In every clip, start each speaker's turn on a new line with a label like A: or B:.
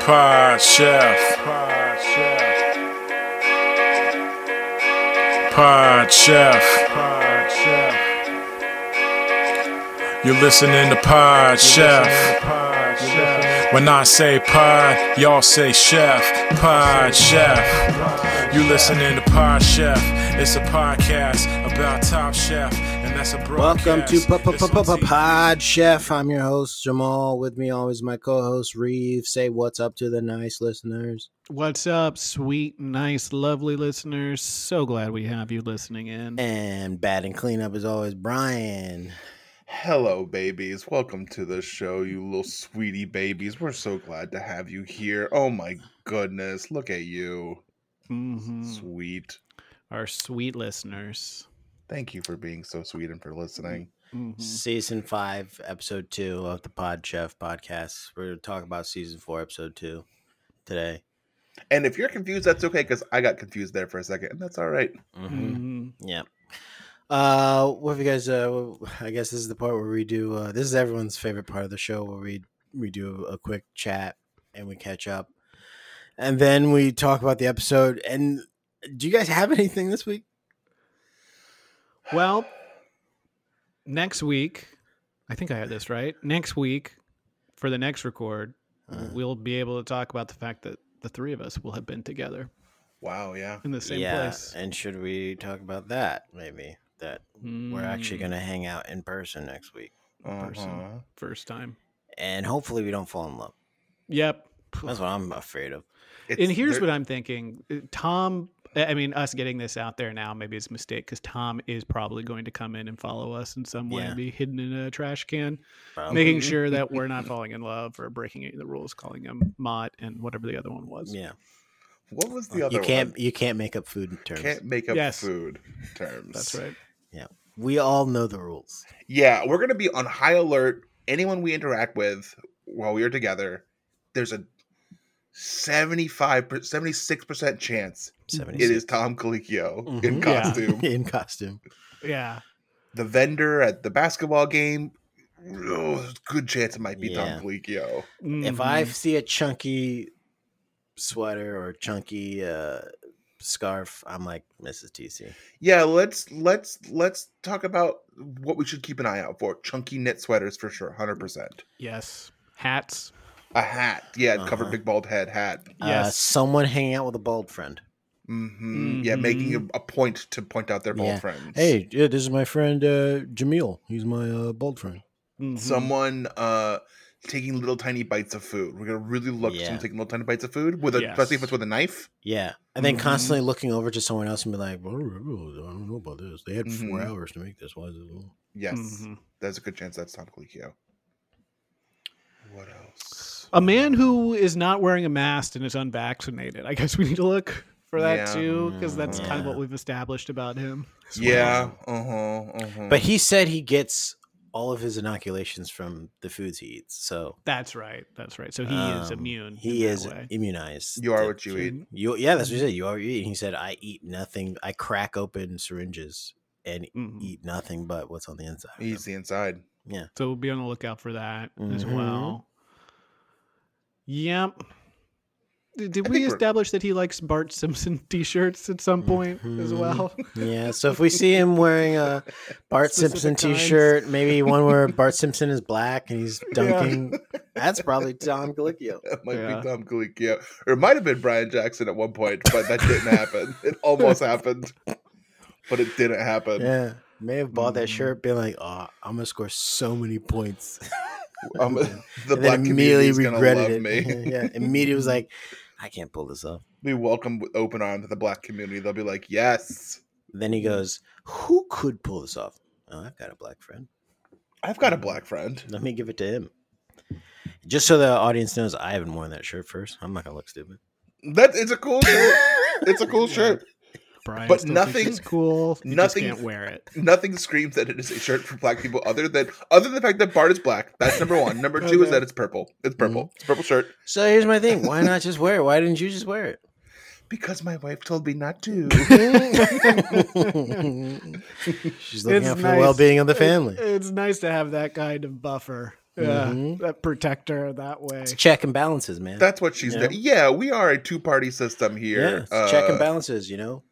A: Pod Chef. Pod Chef. You're listening to Pod Chef. When I say pod, y'all say chef. Pod Chef. You listening to Pod Chef. It's a podcast about Top Chef, and that's a broadcast.
B: Welcome to P- P-
A: It's on
B: P- P-
A: TV.
B: Pod Chef. I'm your host Jamal. With me always my co-host Reeve. Say what's up to the nice listeners.
C: What's up, sweet, nice, lovely listeners? So glad we have you listening in.
B: And bad and cleanup is always Brian.
D: Hello, babies. Welcome to the show, you little sweetie babies. We're so glad to have you here. Oh my goodness, look at you.
B: Mm-hmm.
C: Mhm.
D: Sweet.
C: Our sweet listeners.
D: Thank you for being so sweet and for listening.
C: Mhm.
B: Mm-hmm. Season five, episode two of the Pod Chef podcast. We're gonna talk about season four, episode two today.
D: And if you're confused, that's okay because I got confused there for a second, and that's all right.
C: Mhm.
B: Mm-hmm. Yeah. Uh, what have you guys? Uh, I guess this is the part where we do. Uh, this is everyone's favorite part of the show where we we do a quick chat and we catch up, and then we talk about the episode. And do you guys have anything this week?
C: Well, next week, I think I had this right. Next week, for the next record,
B: Uh,
C: we'll be able to talk about the fact that the three of us will have been together
D: Wow, yeah.
C: in the same place.
B: and should we talk about that? Maybe that we're actually
C: Mm,
B: going to hang out in person next week,
C: Person.
D: Uh-huh.
C: first time.
B: and hopefully we don't fall in love.
C: Yep.
B: That's what I'm afraid of.
D: It's-
C: and here's
D: there-
C: what I'm thinking, Uh, Tom. I I mean, us getting this out there now maybe it's a mistake because Tom is probably going to come in and follow us in some way
B: Yeah. Um,
C: and
B: mm-hmm.
C: be hidden in a trash can,
B: Probably.
C: making sure that we're not falling in love or breaking any of the rules, calling him Mott and whatever the other one was.
B: Yeah,
D: what was the other
B: you can't
D: one?
B: you can't make up food terms.
D: Can't make up
C: Yes.
D: food terms.
C: That's right.
B: We all know the rules.
D: Yeah, we're gonna be on high alert. Anyone we interact with while we are together, there's a 75 76 percent chance
B: Seventy.
D: it is Tom Colicchio in
B: Mhm.
C: Yeah.
D: costume.
B: in costume.
C: Yeah.
D: The vendor at the basketball game. oh, good chance it might be
B: Yeah.
D: Tom Colicchio.
B: If I
C: Mhm.
B: see a chunky sweater or chunky uh, scarf, I'm like Mrs. TC.
D: Yeah, let's let's let's talk about what we should keep an eye out for. Chunky knit sweaters for sure, hundred percent.
C: yes, hats.
D: A hat, yeah,
B: Uh-huh.
D: covered big bald head hat.
B: Uh,
C: Yes.
B: someone hanging out with a bald friend.
D: hmm Yeah, making a, a point to point out their bald
B: Mm-hmm. Yeah.
D: friends.
B: Hey, yeah, this is my friend uh, Jamil. He's my uh, bald friend.
C: Mhm.
B: Mm-hmm.
D: someone uh taking little tiny bites of food. We're gonna really look at
B: Yeah.
D: someone taking little tiny bites of food with a
C: Yes.
D: especially if it's with a knife.
B: Yeah, and then
C: Mhm.
B: constantly looking over to someone else and be like, "Oh, I don't know about this. They had 4
D: Mhm.
B: hours to make this. Why is it?"
D: Yes,
B: Mm-hmm.
C: Mhm.
D: there's a good chance that's Tom Colicchio. What else?
C: A man who is not wearing a mask and is unvaccinated. I guess we need to look for that
D: Yeah.
C: too, because that's kind of
B: Yeah.
C: what we've established about him.
D: Yeah. Uh huh. Uh-huh.
B: But he said he gets all of his inoculations from the foods he eats. So
C: That's right. That's right. So he is
B: um,
C: immune.
B: He
C: in that
B: is
C: way.
B: immunized.
D: you are
B: to-
D: what you eat.
B: You yeah, that's what he said. You are eating. He said, I eat nothing. I crack open syringes and
C: Mhm.
B: eat nothing but what's on the inside. of them."
D: He's the inside.
C: So we'll be on the lookout for that as
D: Mm-hmm.
B: Mhm.
C: well. Yep. Did, did
D: I
C: we
D: think we're-
C: establish that he likes Bart Simpson t-shirts at some point as
D: Mm-hmm.
B: Mhm.
C: well?
B: Yeah. So if we see him wearing a Bart
C: Specific
B: Simpson
C: kinds.
B: T-shirt, maybe one where Bart Simpson is black and he's dunking, that's probably Tom Galicchio.
D: That might
C: Yeah.
D: be Tom Colicchio, or it might have been Brian Jackson at one point, but that didn't happen. It almost happened, but it didn't happen.
B: Yeah. May have bought that
C: Mhm.
B: shirt, being like, "Oh, I'm gonna score so many points,"
D: Um,
B: And
D: the
B: and
D: black
B: then immediately
D: community is gonna love
B: regretted it.
D: me.
B: yeah, immediately was like, "I can't pull this off."
D: we welcome with open arms the black community. They'll be like, "Yes,
B: Then he goes, "Who could pull this off?" Oh, I've got a black friend.
D: I've
B: Mm.
D: got a black friend."
B: Let me give it to him. Just so the audience knows, I haven't worn that shirt first. I'm not gonna look stupid.
D: That it's a cool shirt. It's a cool shirt.
C: Brian
D: But
C: still
D: nothing-
C: thinks it's cool. You
D: nothing-
C: just can't wear it.
D: Nothing screams that it is a shirt for black people other than other than the fact that Bart is black. That's number one. Number two is
C: Okay.
D: that it's purple. It's
B: Mm.
D: purple. It's a purple shirt.
B: So here's my thing: Why not just wear it? Why didn't you just wear it?
D: Because my wife told me not to.
B: She's looking
C: It's
B: out for the
C: nice.
B: well-being of the
C: It-
B: family.
C: it's nice to have that kind of buffer Yeah,
D: Mm-hmm.
B: Mhm.
C: that protector that way.
B: It's check and balances, man.
D: That's what she's
B: Yeah.
D: doing. Yeah, we are a two party system
B: yeah,
D: here.
B: it's check
D: Uh,
B: and balances. You know,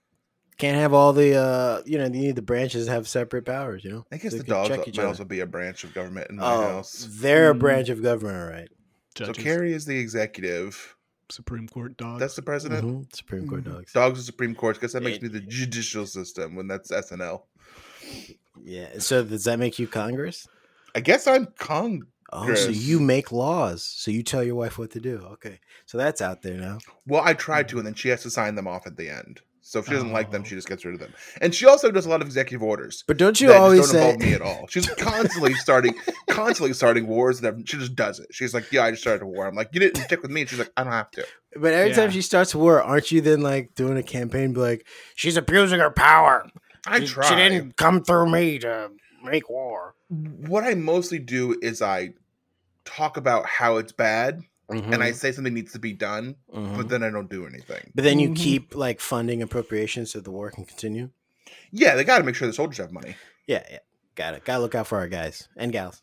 B: can't have all the uh, you know, you need the branches to have separate powers. You know,
D: I guess
B: They
D: the
B: can
D: dogs
B: check
D: might
B: each other.
D: also be a branch of government in my
B: Oh,
D: house.
B: they're a
C: Mm.
B: branch of government, all right?
C: Judges,
D: So Carrie is the executive.
C: Supreme Court dog.
D: That's the president.
B: Mhm, Supreme Court
C: Mhm.
B: dogs.
D: Dogs of Supreme Court. Because that makes
B: It-
D: me the judicial system when that's SNL.
B: Yeah. So does that make you Congress?
D: I guess I'm Kong.
B: Oh, so
D: Yes.
B: you make laws. So you tell your wife what to do. Okay. So that's out there now.
D: Well, I tried to, and then she has to sign them off at the end. So if she doesn't like them,
C: Oh.
D: she just gets rid of them. And she also does a lot of executive orders.
B: But don't you
D: that just
B: always
D: don't
B: say
D: involve me at all. She's constantly starting, constantly starting wars, and then she just does it. She's like, "Yeah, I just started a war." I'm like, "You didn't stick with me." And she's like, "I don't have to."
B: But every time
C: Yeah.
B: she starts a war, aren't you then like doing a campaign, be like, she's abusing her power.
D: I
B: She-
D: try.
B: She didn't come through me to make war.
D: What I mostly do is I talk about how it's bad, and
B: Mm-hmm.
D: I say something needs to be done, but then I don't do anything.
B: but then you
C: Mhm.
B: keep like funding appropriations so the war can continue.
D: Yeah, they got to make sure the soldiers have money.
B: Yeah, yeah, got it. Gotta look out for our guys and gals.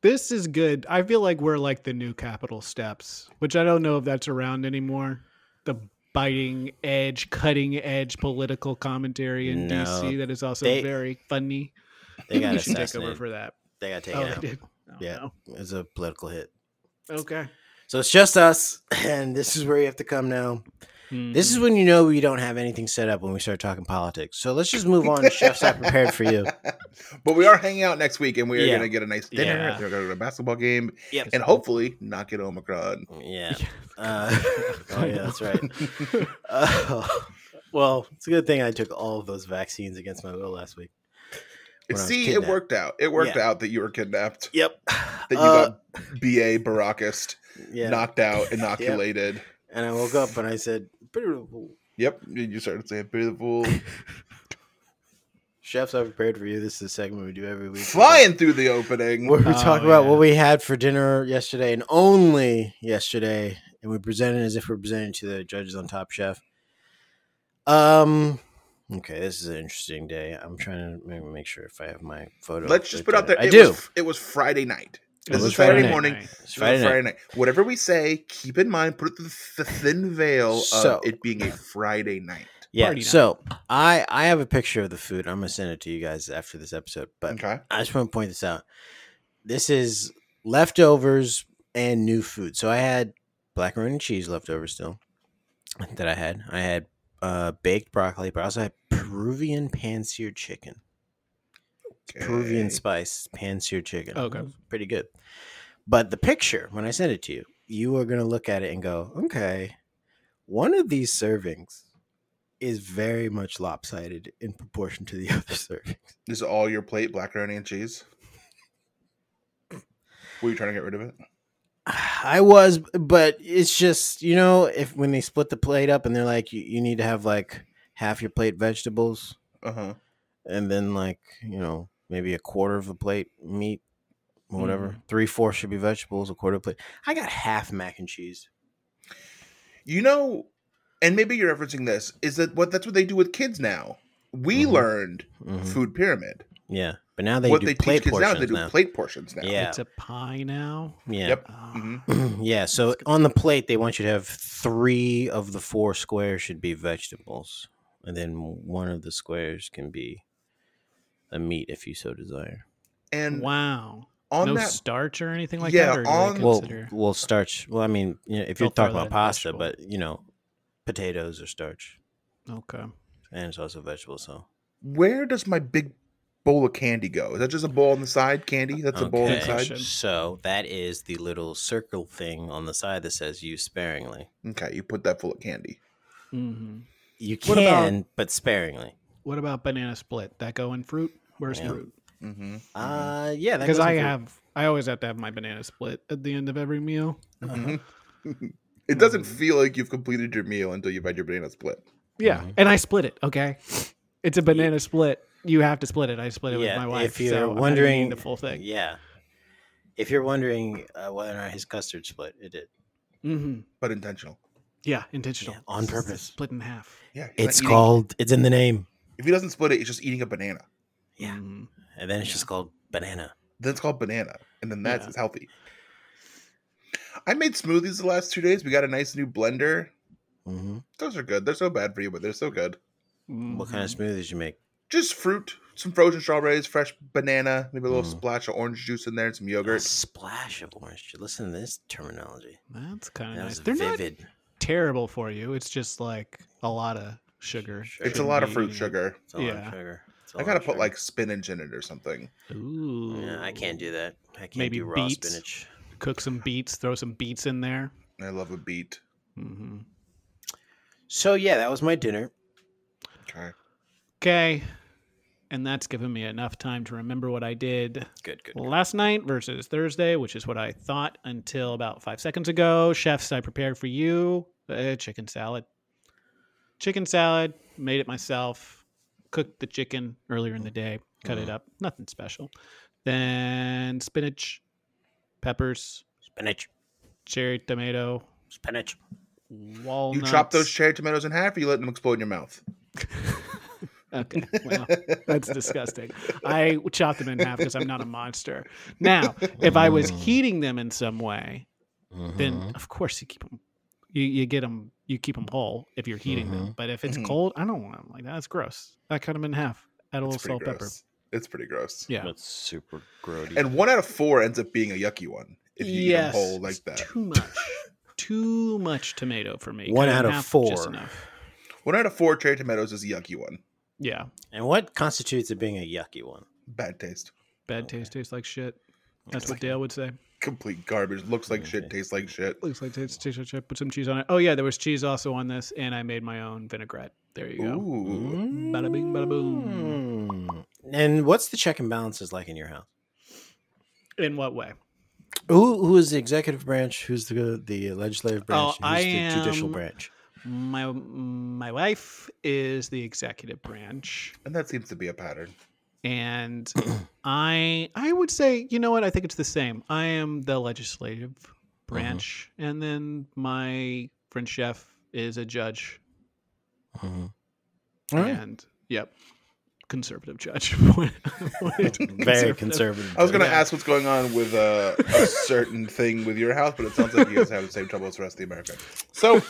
C: this is good. I feel like we're like the new capital steps, which I don't know if that's around anymore. The biting edge, cutting edge political commentary in
B: No,
C: DC that is also
B: they-
C: very funny.
B: They got
C: you should take over
B: assassinated.
C: for that.
B: they got taken
C: Oh, I
B: out.
C: did. Oh,
B: Yeah.
C: no.
B: It was a political hit.
C: Okay.
B: So it's just us, and this is where you have to come now.
D: Hmm.
B: This
C: Mm-hmm.
B: is when you know we don't have anything set up when we start talking politics. So let's just move on. to Chef's not prepared for you.
D: but we are hanging out next week, and we are
B: Yeah.
D: going to get a nice dinner.
C: Yeah.
D: We're going to a basketball game,
B: Yep.
D: and hopefully not get Omicron.
B: Yeah. Uh, oh yeah, that's right. Uh, well, it's a good thing I took all of those vaccines against my will last week. when I was
D: See, it
B: kidnapped.
D: worked out. It worked
B: Yeah.
D: out that you were kidnapped,
B: Yep.
D: that you
B: Uh,
D: got BA Barakist,
B: yeah.
D: knocked out, inoculated.
B: and I woke up and I said, "Beautiful."
D: Yep. You started saying beautiful.
B: Chefs, I prepared for you. This is a segment we do every week.
D: Flying through the opening.
B: Where we talk
C: Oh,
B: about
C: yeah.
B: what we had for dinner yesterday and only yesterday, and we present it as if we're presenting to the judges on Top Chef. Um. Okay, this is an interesting day. I'm trying to ma- make sure if I have my photo.
D: Let's just
B: up
D: put out there.
B: I
D: it
B: do.
D: Was, it was Friday night.
B: It
D: This
B: was
D: is Friday
B: Friday
D: morning.
B: It's
D: This is
B: Friday night.
D: Friday night. Whatever we say, keep in mind, put it through the thin veil
B: So-
D: of it being a Friday night.
B: Yeah.
C: Party night.
B: So I I have a picture of the food. I'm gonna send it to you guys after this episode. But
D: Okay.
B: I just want to point this out. This is leftovers and new food. So I had black macaroni and cheese leftover still that I had. I had uh, baked broccoli, but I also had Peruvian pan-seared chicken. Peruvian
D: Okay.
B: spice pan-seared chicken.
C: Okay.
B: It was pretty good. But the picture when I send it to you, you are gonna look at it and go, okay, one of these servings is very much lopsided in proportion to the other serving.
D: This is all your plate, black macaroni and cheese. Were you trying to get rid of it?
B: I was, but it's just you know if when they split the plate up and they're like you, you need to have like half your plate vegetables
D: Uh huh.
B: and then like you know maybe a quarter of the plate meat or whatever
D: Mm-hmm.
B: three fourths should be vegetables a quarter plate I got half mac and cheese
D: You know, and maybe you're referencing this is that what that's what they do with kids now. We
B: Mhm.
D: learned
B: Mhm.
D: food pyramid.
B: yeah but now they
D: what
B: do
D: they teach
B: plate
D: kids now,
B: portions
D: they do
B: now,
D: plate portions now.
B: yeah
C: It's a pie now.
B: yeah
D: Yep.
C: Ah.
D: hmm
B: yeah so on the plate they want you to have three of the four squares should be vegetables and then one of the squares can be a meat if you so desire.
D: And
C: Wow.
D: on
C: no
D: that,
C: starch or anything like
D: Yeah,
C: that. Or do they
D: on-
B: well,
C: consider-
B: well, starch. Well, I mean, you know, if you're
C: They'll throw
B: talking
C: that
B: about
C: in
B: pasta,
C: vegetable.
B: but you know, potatoes are starch,
C: okay.
B: and it's also vegetable. So
D: where does my big bowl of candy go? Is that just a bowl on the side candy? That's a bowl on the
B: Okay,
D: side.
B: So that is the little circle thing on the side that says "use sparingly."
D: Okay, you put that full of candy.
C: hmm
B: You
C: What about-
B: can, but sparingly.
C: What about banana split? That go in fruit? Where's
B: Yeah.
C: fruit?
D: Mm-hmm.
B: Uh, yeah, that
C: Because
B: goes
C: I
B: in food.
C: have, I always have to have my banana split at the end of every meal.
D: Mm-hmm.
B: uh-huh.
D: it doesn't
B: Mm-hmm.
D: feel like you've completed your meal until you've had your banana split.
C: Yeah,
B: Mm-hmm.
C: and I split it. Okay, it's a banana split. You have to split it. I split it
B: yeah,
C: with my wife.
B: If you're
C: so I'm not eating
B: wondering,
C: the full thing.
B: Yeah. If you're wondering uh, whether or not his custard split, it did.
C: hmm
D: But intentional.
C: Yeah, intentional.
B: Yeah, on
C: It's just
B: purpose.
C: Split in half.
D: Yeah. he's not
B: It's
D: eating-
B: called. It's in the name.
D: If he doesn't split it, it's just eating a banana.
B: Yeah,
C: Mhm.
B: and then it's
C: Yeah.
B: just called banana.
D: Then it's called banana, and then that's
C: Yeah.
D: it's healthy. I made smoothies the last two days. We got a nice new blender.
B: hmm
D: Those are good. They're so bad for you, but they're so good.
B: What kind of
C: Mm-hmm.
B: smoothies you make?
D: Just fruit, some frozen strawberries, fresh banana, maybe a little
B: Mm.
D: splash of orange juice in there, and some
B: A
D: yogurt.
B: splash of orange juice. Listen to this terminology.
C: Mm-hmm. That's kind of
B: That was
C: nice. Mm, They're not
B: vivid.
C: terrible for you. It's just like a lot of sugar.
B: Sure.
D: It's a
C: Shouldn't
D: lot of
C: be
D: fruit
C: eating it.
D: sugar.
B: It's a lot of
C: Yeah.
B: sugar. It's a
D: I
B: lot
D: gotta
B: of
D: put
B: sugar.
D: like spinach in it or something.
C: Ooh.
B: Yeah, I can't do that. I can't
C: Maybe
B: do raw
C: beets.
B: spinach.
C: Cook some beets. Throw some beets in there.
D: I love a beet.
C: Mm-hmm.
B: So yeah, that was my dinner.
D: Okay.
C: Okay. And that's given me enough time to remember what I did
B: Good, good.
C: last night versus Thursday, which is what I thought until about five seconds ago. Chefs, I prepared for you uh, chicken salad. Chicken salad, made it myself, cooked the chicken earlier in the day, cut
D: Mm.
C: it up, nothing special. Then spinach, peppers,
B: Spinach.
C: cherry tomato,
B: Spinach.
D: You
C: walnuts.
D: chop those cherry tomatoes in half, or you let them explode in your mouth.
C: Okay, well, that's disgusting. I chopped them in half because I'm not a monster. Now, if I
D: Mm.
C: was heating them in some way, then
D: Mm-hmm.
C: of course you keep them. You, you get them. You keep them whole if you're heating them. But if it's
D: Mhm.
C: cold, I don't want them like that. That's gross. I cut them in half. Add a little
D: It's pretty
C: salt, pepper.
D: gross. It's pretty gross.
C: Yeah.
B: That's super grody.
D: And one out of four ends up being a yucky one if you eat them
C: yes.
D: whole like
C: it's
D: that.
C: Too much. too much tomato for me.
B: One
C: Cut it in
B: out of
C: half, just
B: four.
C: enough.
D: One out of four cherry tomatoes is a yucky one.
C: Yeah.
B: And what constitutes it being a yucky one?
D: Bad taste.
C: Bad taste tastes like shit. That's what
D: Okay.
C: Dale would say.
D: Complete garbage. Looks like shit. Tastes like shit.
C: Looks like it's taste chip. Put some cheese on it. Oh yeah, there was cheese also on this, and I made my own vinaigrette. There you go.
B: Mm-hmm.
D: Ooh.
C: Bada bing, bada boom.
B: Mm. And what's the check and balances like in your house?
C: In what way?
B: Who who is the executive branch? Who's the the legislative branch?
C: Oh,
B: and who's
C: I
B: the judicial
C: am-
B: branch?
C: My my wife is the executive branch,
D: And that seems to be a pattern.
C: and I I would say you know what I think it's the same. I am the legislative branch, and then my friend chef is a judge,
B: Mm-hmm. All right.
C: and yep, conservative judge.
B: Very conservative.
D: I was going to
C: Yeah.
D: ask what's going on with uh, a certain thing with your house, but it sounds like you guys have the same trouble as the rest of the America. So,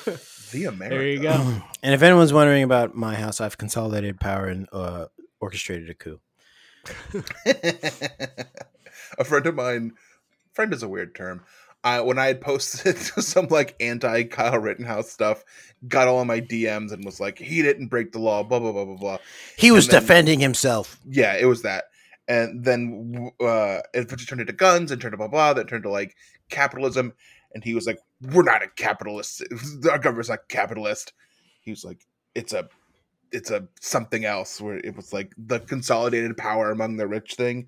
D: the America.
C: There you go.
B: And if anyone's wondering about my house, I've consolidated power and uh, orchestrated a coup.
D: a friend of mine, friend is a weird term. I when I had posted some like anti Kyle Rittenhouse stuff, got all of my DMs and was like, he didn't break the law, blah blah blah blah blah.
B: He was
D: then-
B: defending himself.
D: Yeah, it was that. And then uh, it just turned into guns and turned to blah blah. That turned to like capitalism, and he was like, "We're not a capitalist. Our government's not capitalist." He was like, "It's a, it's a something else." Where it was like the consolidated power among the rich thing.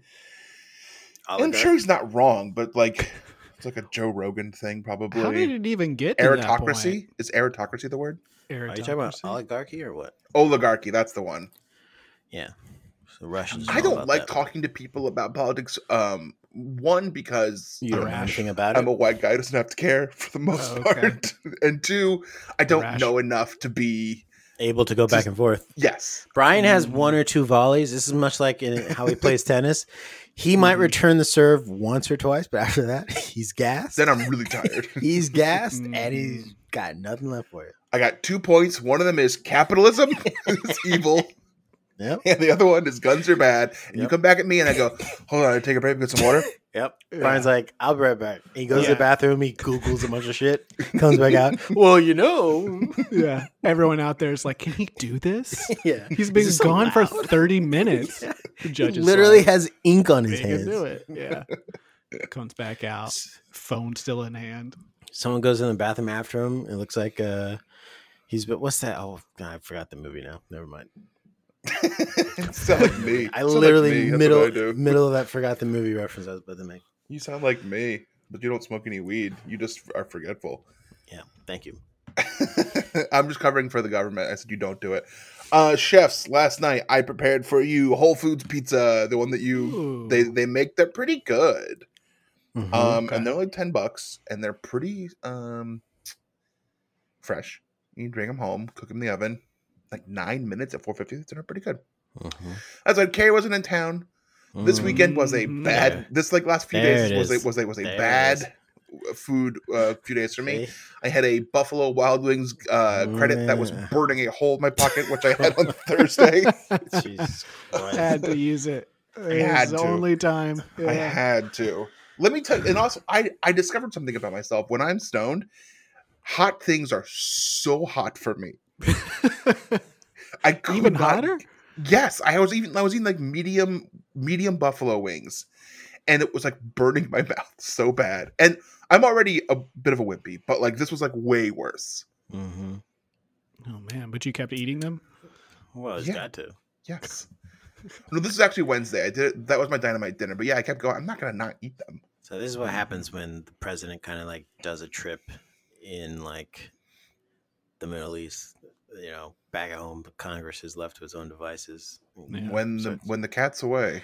B: Oh
D: I'm sure he's not wrong, but like it's like a Joe Rogan thing, probably.
C: How did it even get to That point?
D: Aristocracy is aristocracy the word?
B: Are you talking about
C: Aristocracy?
B: oligarchy or what?
D: Oligarchy, that's the one.
B: Yeah. The Russians.
D: I don't like talking to people about politics. Um, one because
B: You don't know
C: Rash.
B: anything about
D: I'm a
B: it.
D: white guy who doesn't have to care for the most
C: Oh, okay.
D: part, and two, I don't
C: Rash.
D: know enough to be
B: Able to go back and forth.
D: yes.
B: Brian
D: Mm.
B: has one or two volleys. This is much like in how he plays tennis. He
D: Mm-hmm.
B: might return the serve once or twice, but after that, he's gassed.
D: Then I'm really tired.
B: He's gassed, and he's got nothing left for you.
D: I got two points. One of them is capitalism is evil.
B: Yep.
D: And the other one is guns are bad. And you
B: Yep.
D: come back at me and I go, hold on, I take a break and get some water.
B: Yep. Brian's like, I'll be right back. He goes to
C: Yeah.
B: the bathroom. He Googles a bunch of shit. Comes back out. well, you know.
C: yeah. Everyone out there is like, can he do this?
B: Yeah.
C: He's been
B: Is this
C: gone for
B: allowed?
C: 30 minutes. The
B: He
C: judge is
B: literally
C: like,
B: has ink on his
C: "He can do
B: hands.
C: it. Yeah. Comes back out, phone still in hand.
B: Someone goes in the bathroom after him. It looks like uh, he's. But what's that? Oh, God, I forgot the movie now. Never mind.
D: sound like me.
B: I
D: Sound like me.
B: literally
D: That's what
B: middle
D: I do.
B: middle of that forgot the movie reference I was about to make.
D: You sound like me, but you don't smoke any weed. You just are forgetful.
B: Yeah, thank you.
D: I'm just covering for the government. I said you don't do it. Uh, chefs, last night I prepared for you Whole Foods pizza, the one that you
C: Ooh.
D: they they make. They're pretty good. Um,
C: Okay.
D: and they're only ten bucks, and they're pretty um fresh. You can bring them home, cook them in the oven, like nine minutes at four fifty. They're pretty good.
B: Mm-hmm.
D: That's why Carrie wasn't in town. Uh, This weekend was a
C: Mm,
D: bad.
B: there.
D: This like last few
B: There
D: days
B: it
D: was
B: is.
D: a was a was a
B: There it is.
D: bad food uh, a few
B: Mm-hmm.
D: days from me. I had a Buffalo Wild Wings uh, credit that was
B: Yeah.
D: burning a hole in my pocket, which I had on Thursday.
B: Jesus
C: I
B: Christ.
C: had to use it. It
D: had
C: was the
D: to.
C: only time.
D: I
C: Yeah.
D: had to. Let me tell you, and also I I discovered something about myself when I'm stoned. Hot things are so hot for me. I could
C: Even
D: not-
C: hotter?
D: Yes, I was even I was eating like medium medium buffalo wings, and it was like burning my mouth so bad. And I'm already a bit of a wimpy, but like this was like way worse.
B: Mm-hmm.
C: Oh man, but you kept eating them?
B: Well, it's
D: Yeah.
B: got to.
D: Yes. No, this is actually Wednesday. I did it, that was my dynamite dinner, but yeah, I kept going. I'm not gonna not eat them.
B: So this is what happens when the president kind of like does a trip in like the Middle East. You know, back at home, Congress is left to its own devices.
C: Yeah.
D: when the
B: so it's-
D: when the cat's away.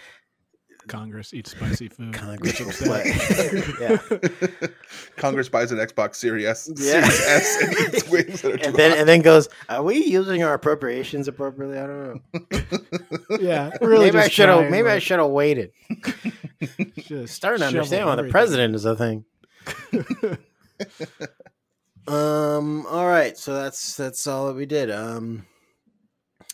C: Congress eats spicy food.
B: Congress
C: It's
B: will
C: upset.
B: play. yeah.
D: Congress buys an Xbox Series S,
B: Yeah.
D: Series S and eats wings that are
B: And
D: too
B: then
D: hot.
B: and then goes, are we using our appropriations appropriately? I don't know.
C: Yeah, really.
B: maybe I
C: just
B: should have.
C: trying,
B: Maybe I
C: like,
B: should have waited.
C: just
B: Starting
C: shovel
B: to understand why the
C: everything.
B: president is a thing. um. All right. So that's that's all that we did. Um.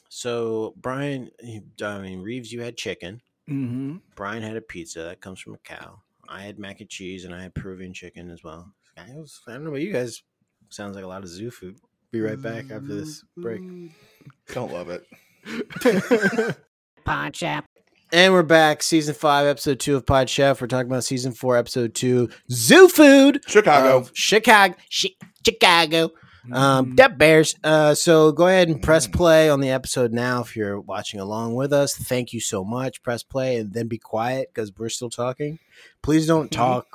B: So Brian, I mean Reeves, you had chicken.
C: Mhm.
B: Brian had a pizza that comes from a cow. I had mac and cheese, and I had Peruvian chicken as well. I, was, I don't know about you guys. Sounds like a lot of zoo food. Be right back after this break.
D: Don't love it.
E: Pawn Shop.
B: And we're back, season five, episode two of Pod Chef. We're talking about season four, episode two, zoo food.
D: Chicago.
B: of Chicago, Chi- Chicago.
C: Mm-hmm.
B: Um, Depp Bears. Uh, so go ahead and press play on the episode now if you're watching along with us. Thank you so much. Press play and then be quiet because we're still talking. Please don't
C: Mm-hmm.
B: talk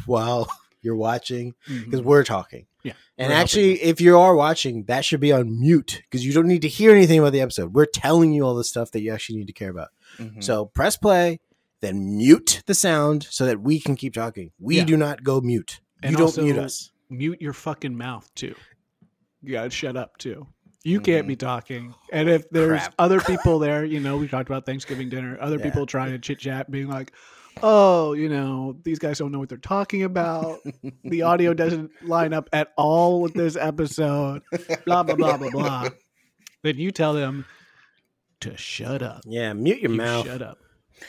B: while you're watching
C: Mhm.
B: because we're talking.
C: Yeah,
B: And
C: we're helping
B: actually, if you are watching, that should be on mute because you don't need to hear anything about the episode. We're telling you all the stuff that you actually need to care about.
D: Mhm.
B: So press play, then mute the sound so that we can keep talking. We
C: Yeah.
B: do not go mute.
C: And
B: you don't
C: also-
B: mute us.
C: mute your fucking mouth too. You gotta shut up too. You can't be talking. And if there's
B: Mm-hmm. Crap.
C: other people there, you know, we talked about Thanksgiving dinner, other
B: Yeah.
C: people trying to chit chat, being like, oh, you know, these guys don't know what they're talking about. the audio doesn't line up at all with this episode, blah, blah, blah, blah, blah. Then you tell them to shut up.
B: Yeah, mute your
C: You
B: mouth.
C: shut up.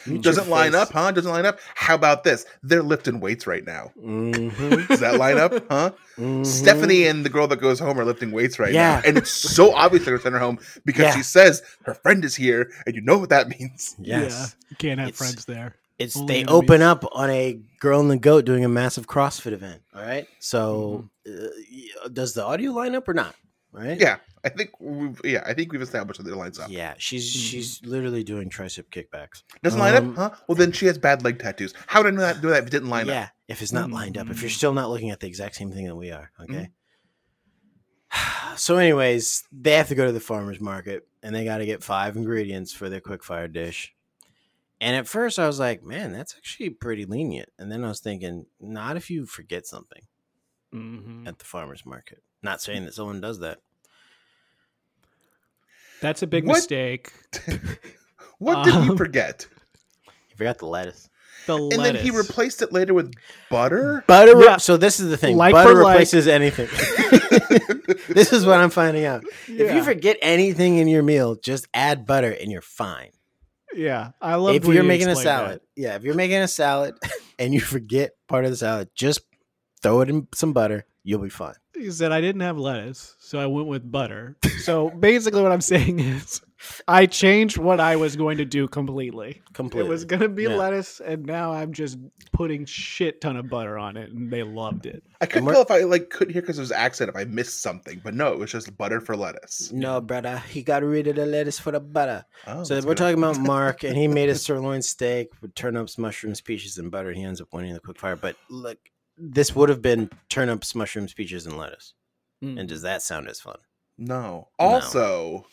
B: Mute your
D: Doesn't line
B: face.
D: up, huh? Doesn't line up. How about this? They're lifting weights right now.
B: Mhm,
D: Does that line up, huh?
B: mhm.
D: Stephanie and the girl that goes home are lifting weights right
B: Yeah.
D: now, and it's so obvious they're sending her home because
B: Yeah.
D: she says her friend is here, and you know what that means.
B: Yes.
C: Yeah. You can't have
B: It's-
C: friends there.
B: It's
C: Only
B: they
C: enemies.
B: open up on a girl and the goat doing a massive CrossFit event. All right. So
C: Mm-hmm.
B: uh, y- does the audio line up or not? All Right.
D: Yeah, I think we've yeah, I think we've established that it lines up.
B: Yeah. She's
C: Mm-hmm.
B: she's literally doing tricep kickbacks.
D: Doesn't line
B: Um,
D: up, huh? Well, then she has bad leg tattoos. How did I know that? Know that if it didn't line
B: yeah.
D: up?
B: If it's not lined up, if you're still not looking at the exact same thing that we are, okay. So, anyways, they have to go to the farmer's market and they got to get five ingredients for their quick fire dish. And at first, I was like, man, that's actually pretty lenient. And then I was thinking, not if you forget something
C: Mhm.
B: at the farmer's market. Not saying that someone does that.
C: That's a big
D: What?
C: mistake.
D: What did he
C: Um,
D: forget?
B: You forgot the lettuce.
C: The
D: And
C: lettuce.
D: then he replaced it later with butter.
B: Butter.
C: Yeah.
B: So, this is the thing
C: Like
B: butter
C: for like.
B: replaces anything. this is what I'm finding out. If you
C: Yeah.
B: forget anything in your meal, just add butter and you're fine.
C: Yeah, I love
B: if you're making a salad, yeah, if you're making a salad and you forget part of the salad, just throw it in some butter. You'll be fine.
C: He said I didn't have lettuce, so I went with butter. So basically, what I'm saying is, I changed what I was going to do completely.
B: Completely.
C: It was going to be
B: Yeah.
C: lettuce, and now I'm just putting shit ton of butter on it, and they loved it.
D: I couldn't
B: Mar-
D: tell if I like could hear because of his accent if I missed something, but no, it was just butter for lettuce.
B: no, brother, he got rid of the lettuce for the butter.
D: Oh,
B: Mm. so
D: that's
B: we're
D: good.
B: talking about Mark, and he made a sirloin steak with turnips, mushrooms, peaches, and butter. He ends up winning the quick fire. But look, this would have been turnips, mushrooms, peaches, and lettuce.
D: Mm.
B: And does that sound as fun?
D: no. Also,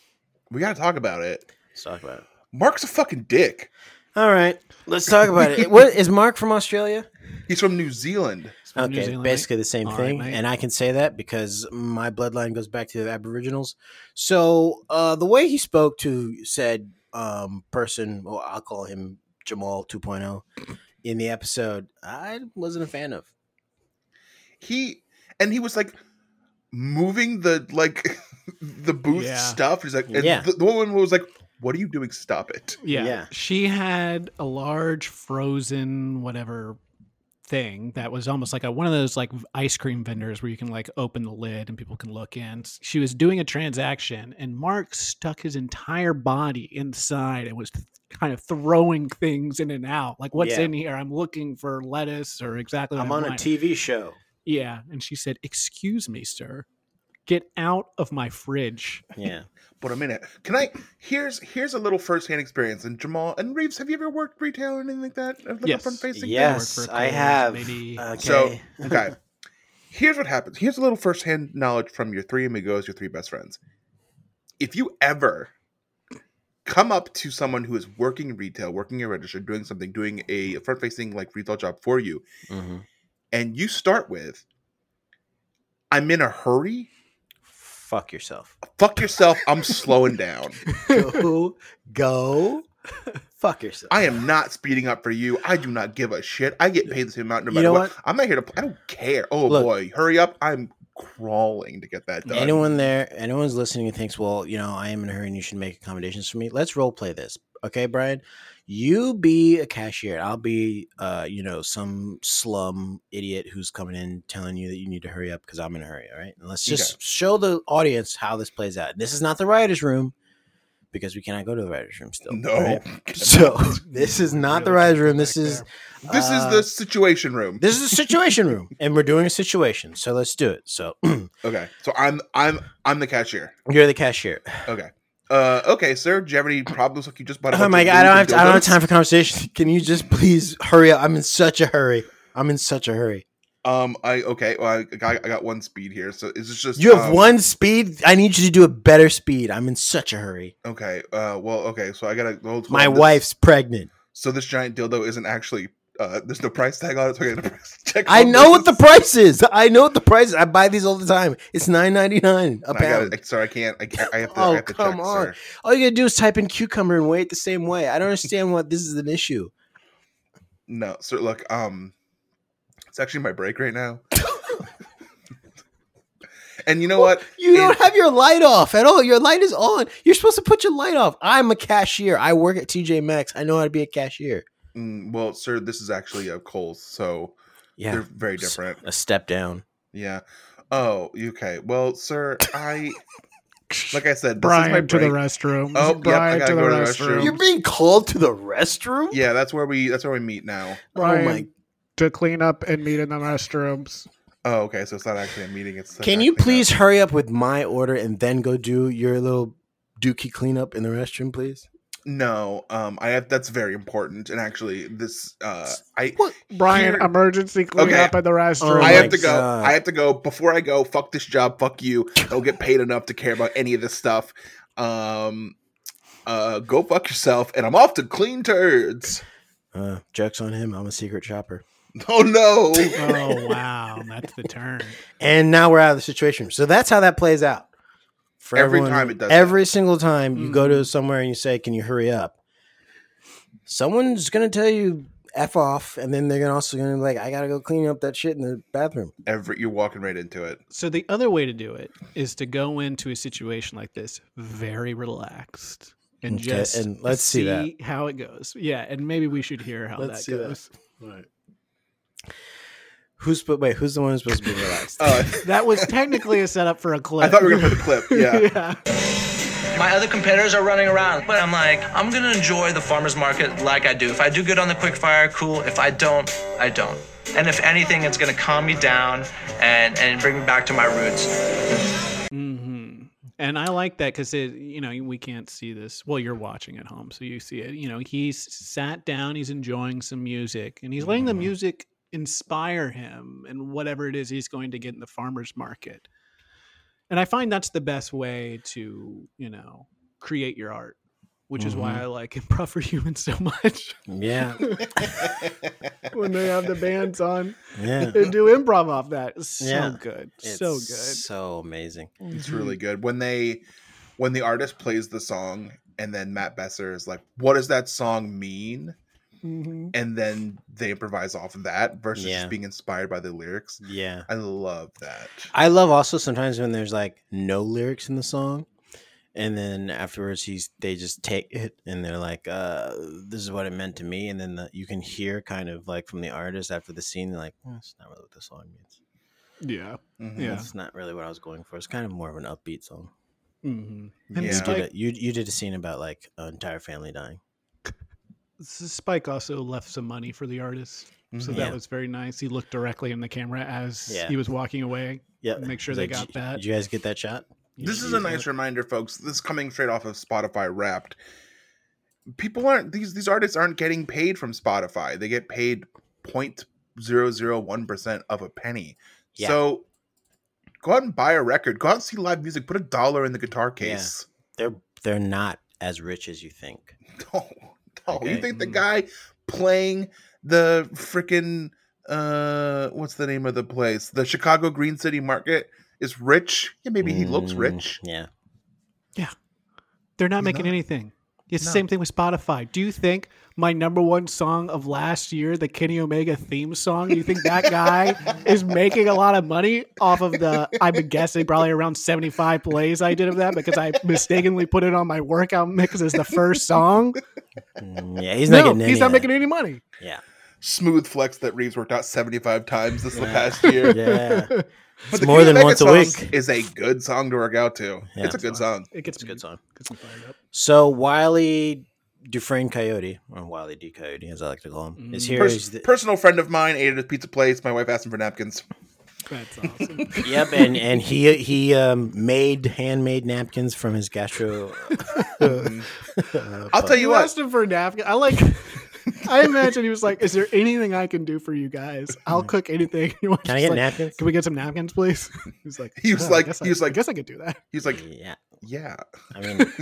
D: we got to talk about it.
B: Let's talk about it.
D: Mark's a fucking dick.
B: All right, let's talk about it. What is Mark from Australia?
D: He's from New Zealand.
C: It's from New
B: Okay,
C: Zealand, right?
B: basically the same
C: All right,
B: thing,
C: mate.
B: and I can say that because my bloodline goes back to the Aboriginals. So uh, the way he spoke to said um, person, well, I'll call oh, him Jamal 2.0, in the episode, I wasn't a fan of.
D: he and he was like moving the like the booth
C: Yeah.
D: stuff. He's like, and
B: Yeah.
D: the, the woman was like, "What are you doing? Stop it!"
C: Yeah.
B: Yeah.
C: She had a large frozen whatever thing that was almost like a one of those like ice cream vendors where you can like open the lid and people can look in. She was doing a transaction and Mark stuck his entire body inside and was kind of throwing things in and out. Like what's
B: Yeah.
C: in here? I'm looking for lettuce or exactly what
B: I'm on a
C: wanting."
B: TV show.
C: Yeah, and she said, "Excuse me, sir. Get out of my fridge."
B: Yeah.
D: But a minute, can I? Here's here's a little firsthand experience. And Jamal and Reeves, have you ever worked retail or anything like that? Of
C: Yes.
D: front facing.
B: yes,
C: for a
B: I
C: couple
B: have.
C: years, maybe.
B: Okay.
D: So okay, here's what happens. Here's a little firsthand knowledge from your three amigos, your three best friends. If you ever come up to someone who is working in retail, working in register, doing something, doing a front facing like retail job for you,
B: Mhm.
D: and you start with, "I'm in a hurry."
B: Fuck yourself.
D: Fuck yourself. I'm slowing down.
B: go, go, fuck yourself.
D: I am not speeding up for you. I do not give a shit. I get paid the same amount no
B: You
D: matter
B: know
D: what.
B: what?
D: I'm not here to. I don't care. Oh
B: Look.
D: boy, hurry up! I'm crawling to get that done.
B: Anyone there, anyone's listening and thinks, well, you know, I am in a hurry and you should make accommodations for me. Let's role play this. Okay, Brian? You be a cashier. I'll be, uh, you know, some slum idiot who's coming in telling you that you need to hurry up because I'm in a hurry. All right. And let's just show the audience how this plays out. This is not the writer's room because we cannot go to the writer's room still.
D: no,
B: all right? So this is not the
C: Really
B: writer's room.
C: back
B: This is
C: there.
D: this
B: uh,
D: is the situation room.
B: This is a situation room, and we're doing a situation. So let's do it. So
D: Okay, so I'm I'm I'm the cashier.
B: you're the cashier.
D: Okay, uh, okay, sir. Do you have any problems? Like you just bought. a
B: Oh
D: bunch
B: my
D: of
B: god, I don't have
D: lubes and
B: I don't have
D: dildos?
B: time for conversation. Can you just please hurry up? I'm in such a hurry. I'm in such a hurry.
D: Um, I okay. Well, I, I got, I got one speed here. So is this just
B: You have
D: um,
B: one speed. I need you to do a better speed. I'm in such a hurry.
D: Okay. Uh, well, okay. So I gotta. Well,
B: My
D: this-
B: wife's pregnant.
D: So this giant dildo isn't actually. Uh, there's no price tag on it. So I gotta price check.
B: I
D: on
B: know what the
D: this.
B: price is. I know what the price is. I buy these all the time. It's nine ninety nine a
D: I
B: pound.
D: gotta, I- sorry, I can't. I, I have to.
B: Oh,
D: I have to
B: come
D: check,
B: on.
D: Sir.
B: all you gotta do is type in cucumber and weigh it the same way. I don't understand why this is an issue.
D: No, sir. Look, um, it's actually my break right now. and you know what?
B: You don't
D: And-
B: have your light off at all. Your light is on. You're supposed to put your light off. I'm a cashier. I work at TJ Maxx. I know how to be a cashier.
D: Mm, well, sir, this is actually a Kohl's, so they're
B: Yeah,
D: very
B: S-
D: different.
B: a step down.
D: Yeah. Oh, okay. Well, sir, I like I said, this is my
C: Brian to the
D: break.
C: restroom.
D: Oh, yep, I
C: Brian
D: gotta
C: to the
D: go to the
C: restroom.
D: restroom.
B: You're being called to the restroom.
D: Um, Yeah, that's where we. That's where we meet now.
B: Oh
C: Brian
B: my!
C: to clean up and meet in the restrooms.
D: Oh, okay. So it's not actually a meeting. It's
B: Can you
D: actually a-
B: please hurry up with my order and then go do your little dookie cleanup in the restroom, please?
D: No. Um, I have. That's very important. And actually, this. Uh, I.
B: What?
C: Brian,
D: Here-
C: emergency clean
D: Okay.
C: up in the restroom.
B: Oh
D: I
B: my
D: have to go.
C: uh,
B: God.
D: I have to go before I go. Fuck this job. Fuck you. I don't get paid enough to care about any of this stuff. Um, uh, go fuck yourself. And I'm off to clean turds.
B: Uh, jokes on him. I'm a secret shopper.
D: Oh no.
C: Oh wow, that's the turn.
B: And now we're out of the situation. So that's how that plays out. For
D: Every time it does that.
B: Every single time you go to
C: Mhm.
B: somewhere and you say, "Can you hurry up?" Someone's gonna tell you "f off," and then they're gonna also gonna be like, "I gotta go clean up that shit in the bathroom."
D: Every you're walking right into it.
C: So the other way to do it is to go into a situation like this very relaxed and
B: Okay,
C: just
B: and let's see that.
C: how it goes. Yeah, and maybe we should hear how
B: Let's see
C: that
B: that.
C: goes.
B: Who's sp- wait? Who's the one who's supposed to be relaxed?
D: Uh,
C: That. was technically a setup for a clip.
D: I thought we were gonna put the clip. Yeah.
E: My other competitors are running around, but I'm like, I'm gonna enjoy the farmers market like I do. If I do good on the quick fire, cool. If I don't, I don't. And if anything, it's gonna calm me down and, and bring me back to my roots.
C: hmm And I like that because it, you know, we can't see this. Well, you're watching at home, so you see it. You know, he's sat down, he's enjoying some music, and he's letting the music inspire him and whatever it is he's going to get in the farmer's market. And I find that's the best way to, you know, create your art, which is why I like improv for humans so much
B: yeah,
C: when they have the bands on
B: yeah.
C: and do improv off that. It's so
B: Yeah.
C: good.
B: It's
C: so good.
B: so amazing.
D: It's really good when they when the artist plays the song and then Matt Besser is like, "What does that song mean?"
C: Mhm.
D: and then they improvise off of that versus
B: Yeah.
D: just being inspired by the lyrics.
B: Yeah.
D: I love that.
B: I love also sometimes when there's like no lyrics in the song, and then afterwards he's they just take it and they're like, uh, "This is what it meant to me," and then the, you can hear kind of like from the artist after the scene, they're like, "Oh, "That's not really what the song means.
C: Yeah.
D: Mhm.
C: Yeah.
B: That's not really what I was going for. It's kind of more of an upbeat song."
C: hmm And
D: Yeah.
B: You did
C: Spike,
B: a, you you did a scene about like an entire family dying.
C: Spike also left some money for the artist, so
D: Mhm.
C: that
B: Yeah.
C: was very nice. He looked directly in the camera as
B: Mm-hmm. Yeah.
C: he was walking away.
B: Yeah,
C: Make sure they got that.
B: Did you guys get that shot?
D: This
C: Yeah.
D: is a nice reminder, folks. This is coming straight off of Spotify Wrapped. People aren't these these artists aren't getting paid from Spotify. They get paid 0.001 percent of a penny.
B: Yeah.
D: So go out and buy a record. Go out and see live music. Put a dollar in the guitar
B: Yeah.
D: case.
B: They're they're not as rich as you think.
D: Oh, no.
B: Okay. Hmm.
D: You think the
C: Mm.
D: guy playing the freaking uh what's the name of the place? The Chicago Green City Market is rich? Yeah, maybe he looks
B: Mm,
D: rich.
B: Yeah.
C: They're not
D: He's
C: making
D: not.
C: anything. It's the
D: No.
C: same thing with Spotify. Do you think my number one song of last year, the Kenny Omega theme song, do you think that guy is making a lot of money off of the, I've been guessing probably around 75 plays I did of that because I mistakenly put it on my workout mix as the first song?
B: Mm, yeah, he's not
C: no,
B: getting any
C: he's
B: of
C: not
B: that.
C: making any money.
B: Yeah.
D: Smooth flex that Reeves worked out 75 times this
B: Yeah.
D: past year.
B: Yeah.
D: But
B: It's more
D: Kenny
B: than
D: Omega
B: once a
D: songs
B: week.
D: Is a good song to work out to.
B: Yeah.
D: It's a good song.
C: It gets
B: It's a good song.
C: Gets me fired up.
B: So Wiley Dufresne Coyote, or Wiley D Coyote, as I like to call him, is
C: Mm.
B: here.
D: Mm-hmm. Pers-
B: He's the-
D: personal friend of mine ate at his pizza place. My wife asked him for napkins.
C: That's awesome.
B: yep, and and he he um, made handmade napkins from his gastro.
D: I'll tell you
C: you
D: what.
C: asked him for a napkin. I like. I imagine he was like, "Is there anything I can do for you guys? I'll cook anything." You want
B: Can I get
C: like,
B: napkins?
C: Can we get some napkins, please? He's like,
D: He was
C: "Oh, I
D: like-
C: guess
D: he
C: I-
D: was like-
C: I guess I could do that.
D: He's like,
B: yeah,
D: yeah.
B: I mean,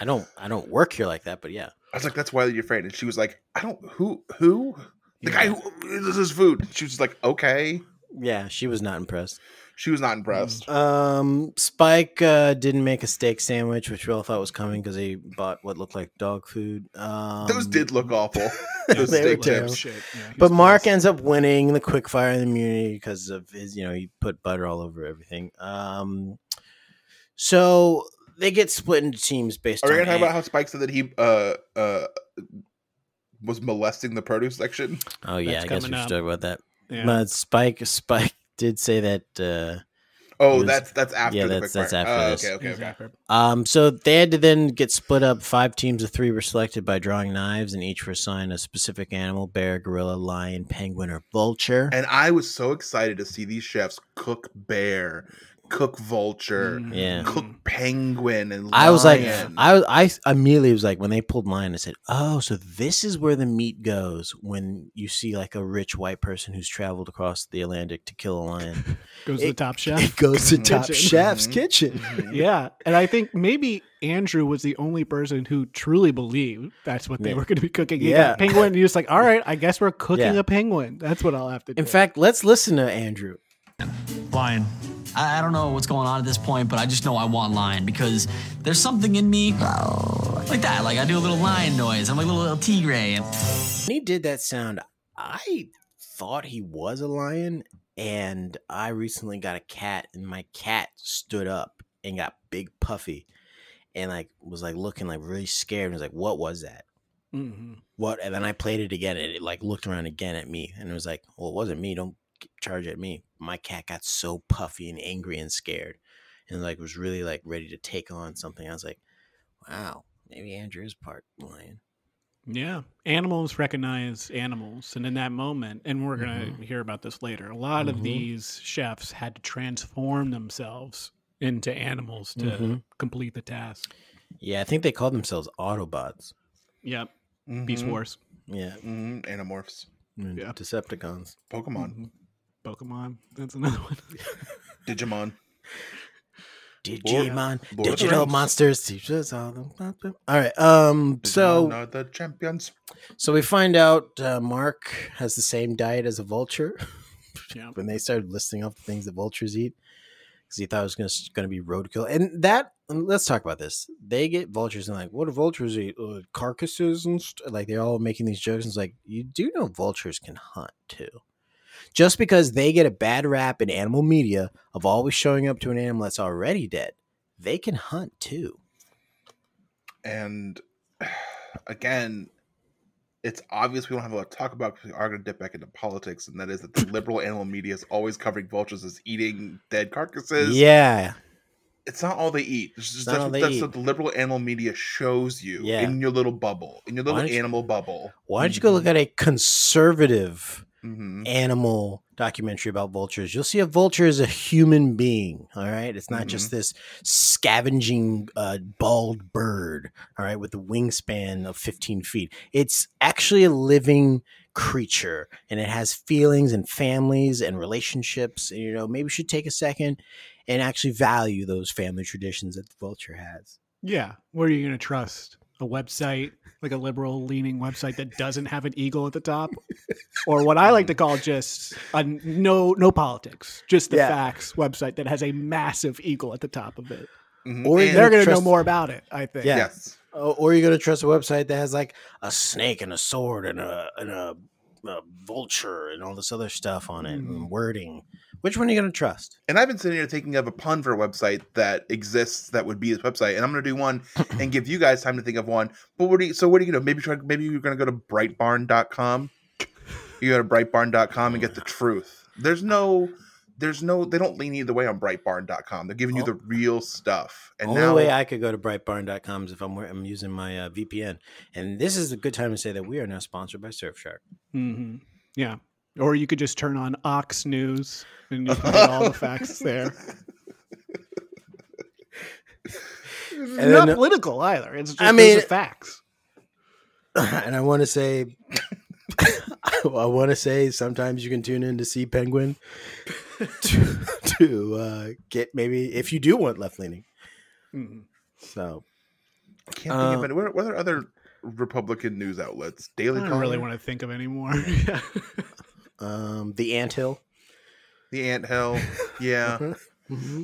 B: I don't I don't work here like that, but yeah,
D: I was like, that's why you're afraid. And she was like, I don't, who, who? The guy who, this is food. She was just like, okay.
B: yeah, she was not impressed.
D: She was not impressed.
B: Um, Spike uh, didn't make a steak sandwich, which we all thought was coming because he bought what looked like dog food. Um,
D: Those did look awful. Those
B: they
D: steak
B: were terrible.
D: tips.
C: Shit, yeah, he's
B: But Mark
C: pissed.
B: ends up winning the quickfire immunity because of his, you know, he put butter all over everything. Um, so they get split into teams based
D: Are we
B: on
D: gonna talk
B: a-
D: about how Spike said that he uh uh was molesting the produce section?
B: Oh yeah,
C: That's
B: I guess we
C: coming
B: should
C: up.
B: talk about that.
C: Yeah.
B: But Spike, Spike did say that. uh, It
D: Oh,
B: was-
D: that's that's after.
B: yeah,
D: the
B: that's-
D: quick
B: that's
D: fire.
B: after
D: Oh,
B: this.
D: Okay, okay,
C: He's
D: okay.
C: awkward.
B: Uh, um, so they had to then get split up. Five teams of three were selected by drawing knives, and each were assigned a specific animal: bear, gorilla, lion, penguin, or vulture.
D: And I was so excited to see these chefs cook bear, cook vulture,
C: Mm.
B: Yeah.
D: cook penguin, and
B: I was like,
D: lion.
B: I was, I immediately was like, when they pulled mine, I said, "Oh, so this is where the meat goes when you see like a rich white person who's traveled across the Atlantic to kill a lion.
C: goes to the
B: It-
C: top
B: it
C: chef.
B: goes to
C: Top
B: Top
C: Kitchen. Mm-hmm.
B: Chef's
D: Mhm.
B: kitchen."
D: Mhm.
C: Yeah, and I think maybe Andrew was the only person who truly believed that's what they
B: Yeah.
C: were going to be cooking. He
B: Yeah.
C: got penguin. And he was like, "All right, I guess we're cooking
B: Yeah.
C: a penguin. That's what I'll have to do."
B: In fact, let's listen to Andrew.
F: Lion.
G: I, I don't know what's going on at this point, but I just know I want lion because there's something in me like that. Like I do a little lion noise. I'm like a little, little tigre. And
B: When he did that sound, I thought he was a lion, and I recently got a cat, and my cat stood up and got big puffy, and like was like looking like really scared, and was like, "What was that?"
C: Mhm.
B: what and then i played it again and it like looked around again at me and it was like well it wasn't me don't k- charge at me my cat got so puffy and angry and scared and like was really like ready to take on something i was like wow maybe andrew is part lion
C: Yeah. Animals recognize animals. And in that moment, and we're going to hear about this later, a lot of
B: Mhm.
C: these chefs had to transform themselves into animals to
B: Mhm.
C: complete the task.
B: yeah i think they called themselves autobots
C: Yep. Beast
D: Mhm.
C: Wars.
B: yeah
D: Mhm. Animorphs,
B: mm,
C: Yeah.
B: decepticons
D: Pokemon,
C: Mhm. Pokemon. That's another one.
D: Digimon.
B: digimon
D: Lord of the
B: digital
D: Rings.
B: monsters teach us all the- all right um so
D: Digimon are the champions.
B: so we find out uh, mark has the same diet as a vulture
C: yeah.
B: when they started listing off the things that vultures eat. because he thought it was going to going to be roadkill. And that and let's talk about this. They get vultures and like, what do vultures eat? Uh, carcasses and st-? like they're all making these jokes. And it's like you do know vultures can hunt too. Just because they get a bad rap in animal media of always showing up to an animal that's already dead, they can hunt too.
D: And again, it's obvious we don't have a lot to talk about because we are going to dip back into politics, and that is that the liberal animal media is always covering vultures as eating dead carcasses.
B: Yeah,
D: It's not all they eat. It's just-
B: not
D: that's
B: all
D: what-
B: they
D: that's
B: eat.
D: what the liberal animal media shows you
B: Yeah.
D: in your little bubble, in your
B: Why
D: little
B: don't you-
D: animal bubble. Mm-hmm.
B: why don't you go look at a conservative
D: hmm
B: animal documentary about vultures, you'll see a vulture is a human being. All right, it's not just this scavenging uh, bald bird. All right, with a wingspan of 15 feet, it's actually a living creature, and it has feelings and families and relationships. And you know, maybe we should take a second and actually value those family traditions that the vulture has.
C: Yeah. Where are you going to trust? A website, like a liberal leaning website that doesn't have an eagle at the top? or what I like to call just a no no politics, just the
B: Yeah.
C: facts website that has a massive eagle at the top of it.
B: Or
D: Mm-hmm. and,
C: They're going to know
B: trust-
C: more about it, I think.
B: Yeah.
D: yes.
B: Oh, or you're gonna trust a website that has like a snake and a sword and a and a, a vulture and all this other stuff on it
D: Hmm.
B: and wording. Which one are you gonna trust?
D: And I've been sitting here thinking of a pun for a website that exists that would be this website, and I'm going to do one and give you guys time to think of one. But what do you? So what are you going to maybe try? Maybe you're going to go to brightbarn.com. You go to brightbarn.com and get the truth. There's no, there's no. They don't lean either way on brightbarn.com. They're giving you the real stuff. And
B: Oh. Only
D: now,
B: way I could go to brightbarn.com is if I'm, wear- I'm using my uh, VPN. And this is a good time to say that we are now sponsored by Surfshark.
C: hmm Yeah. Or you could just turn on Ox News and you can get all the facts there.
D: Mm-hmm.
C: It's
B: And
C: not
B: then-
C: political either. It's just
B: I
C: those
B: mean-
C: are facts.
B: and I want to say, I want to say sometimes you can tune in to see Penguin to, to uh, get maybe if you do want left leaning.
D: Mm-hmm.
C: Mhm.
B: So
D: I can't think of
B: uh,
D: any. What, what are other Republican news outlets? Daily.
C: I don't really
D: Caller?
C: want to think of anymore. Yeah.
B: um, the anthill.
D: the Ant Hill. Yeah.
C: Uh-huh,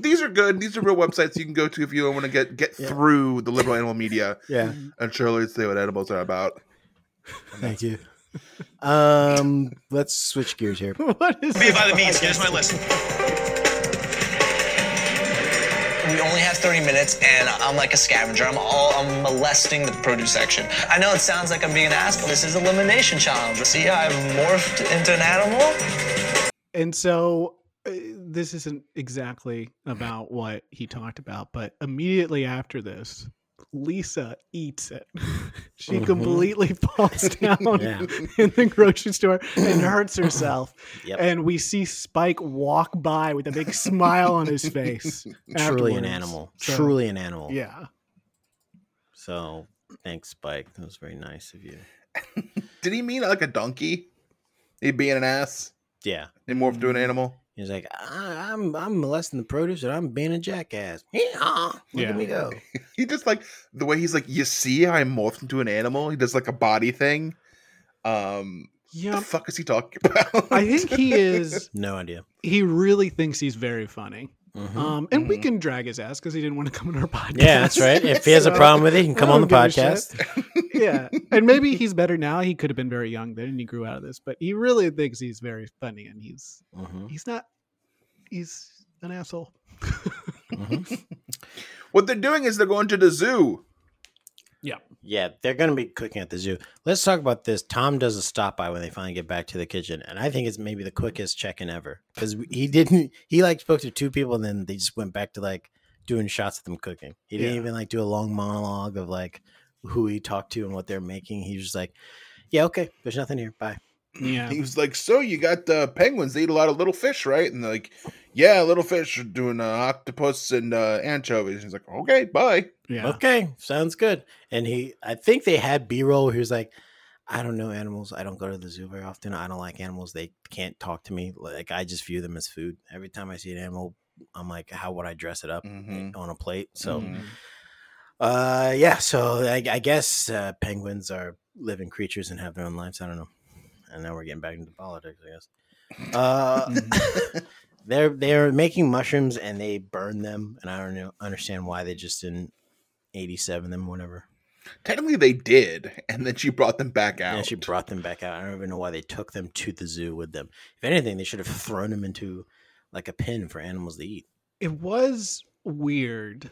D: These are good. These are real websites you can go to if you want to get get
B: Yeah.
D: through the liberal animal media.
B: Yeah.
D: and surely see what edibles are about.
C: Mm-hmm.
B: Thank you. Um, let's switch gears here.
C: what is
E: Be by the means. Here's my list. We only have 30 minutes, and I'm like a scavenger. I'm all I'm molesting the produce section. I know it sounds like I'm being an ass, but this is elimination challenge. See, I've morphed into an animal.
C: and so uh, this isn't exactly about what he talked about, but immediately after this, Lisa eats it. she
B: Mhm.
C: completely falls down
B: Yeah.
C: in the grocery store and hurts herself.
B: Yep.
C: And we see Spike walk by with a big smile on his face.
B: Truly an
C: afterwards.
B: animal.
C: So,
B: Truly an animal.
C: Yeah.
B: So thanks, Spike. That was very nice of you.
D: Did he mean like a donkey? He being an ass?
B: Yeah.
D: He morphed
C: Mm-hmm.
D: to an animal?
B: He's like, I, I'm I'm molesting the produce and I'm being a jackass. Yeah. Look
C: Yeah.
B: at me go.
D: He just like the way he's like, you see, I morphed into an animal. He does like a body thing. Um,
C: Yeah.
D: the fuck is he talking about?
C: I think he is
B: No idea.
C: he really thinks he's very funny.
B: Mhm.
C: Um, and we can drag his ass because he didn't want to come on our podcast.
B: Yeah, that's right. If he has a
C: So,
B: problem with it, he can come
C: I
B: on the
C: don't give a
B: podcast.
C: shit. yeah, and maybe he's better now. He could have been very young then, and he grew out of this. But he really thinks he's very funny, and he's
B: Mhm,
C: he's not. He's an asshole.
B: mhm.
D: what they're doing is they're going to the zoo.
B: Yeah, they're gonna be cooking at the zoo. Let's talk about this. Tom does a stop by when they finally get back to the kitchen, and I think it's maybe the quickest check-in ever because he didn't. He like spoke to two people, and then they just went back to like doing shots of them cooking. He didn't
C: Yeah.
B: even like do a long monologue of like who he talked to and what they're making. He was just like, "Yeah, okay, there's nothing here. Bye."
C: Yeah,
D: He was like, so you got the penguins? They eat a lot of little fish, right? And they're like, yeah, little fish are doing uh, octopus and uh, anchovies. He's like, okay, bye.
C: yeah.
B: Okay, sounds good. And he, I think they had B roll where he was like, I don't know animals. I don't go to the zoo very often. I don't like animals. They can't talk to me. Like, I just view them as food. Every time I see an animal, I'm like, how would I dress it up
D: Mhm.
B: on a plate?
C: Mm-hmm.
B: So,
D: Mhm.
B: uh, yeah, so I, I guess uh, penguins are living creatures and have their own
D: Mm-hmm.
B: lives. I don't know. And now we're getting back into politics, I guess. Uh, They're they're making mushrooms and they burn them, and I don't know, understand why they just didn't eighty-seven them, or whatever.
D: Technically, they did, and then she brought them back out.
B: And she brought them back out. I don't even know why they took them to the zoo with them. If anything, they should have thrown them into like a pen for animals to eat.
C: It was weird,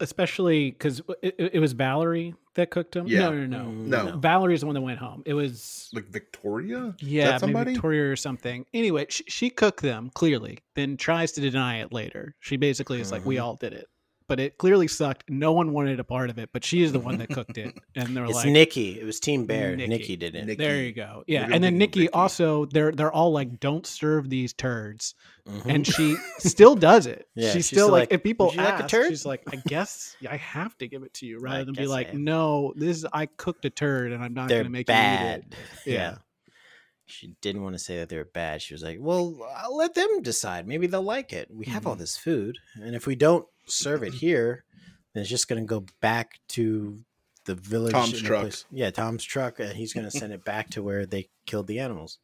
C: especially because it, it it was Valerie that cooked them.
D: Yeah.
C: No, no, no.
B: Mm,
D: No.
C: Valerie's the one that went home. It was
D: like Victoria.
C: yeah, maybe
D: somebody?
C: Victoria or something. Anyway, she, she cooked them clearly, then tries to deny it later. She basically is like,
B: Mm-hmm.
C: "We all did it." But it clearly sucked. No one wanted a part of it, but she is the one that cooked it. And they're
B: It's
C: like,
B: Nikki. It was Team Bear.
C: Nikki.
B: Nikki, did it.
D: Nikki.
C: There you go. Yeah,
D: gonna
C: and then
D: think of
C: Nikki
D: Nikki.
C: also they're they're all like, "Don't serve these turds,"
B: Mhm.
C: and she still does it.
B: Yeah,
C: she's
B: she's
C: still
B: still
C: like,
B: like,
C: if people
B: "Would you like a
C: ask,
B: turd?"
C: she's like, "I guess I have to give it to you," rather than be
B: guess I
C: like,
B: am.
C: "No, this is I cooked a turd, and I'm not
B: they're
C: going to make you eat
B: bad.
C: it." Yeah.
B: She didn't want to say that they were bad. She was like, "Well, I'll let them decide. Maybe they'll like it. We have all
D: Mm-hmm.
B: this food, and if we don't serve it here, then it's just going to go back to the village.
D: Tom's
B: and the
D: truck.
B: place- Yeah, Tom's truck, and he's going to send it back to where they killed the animals.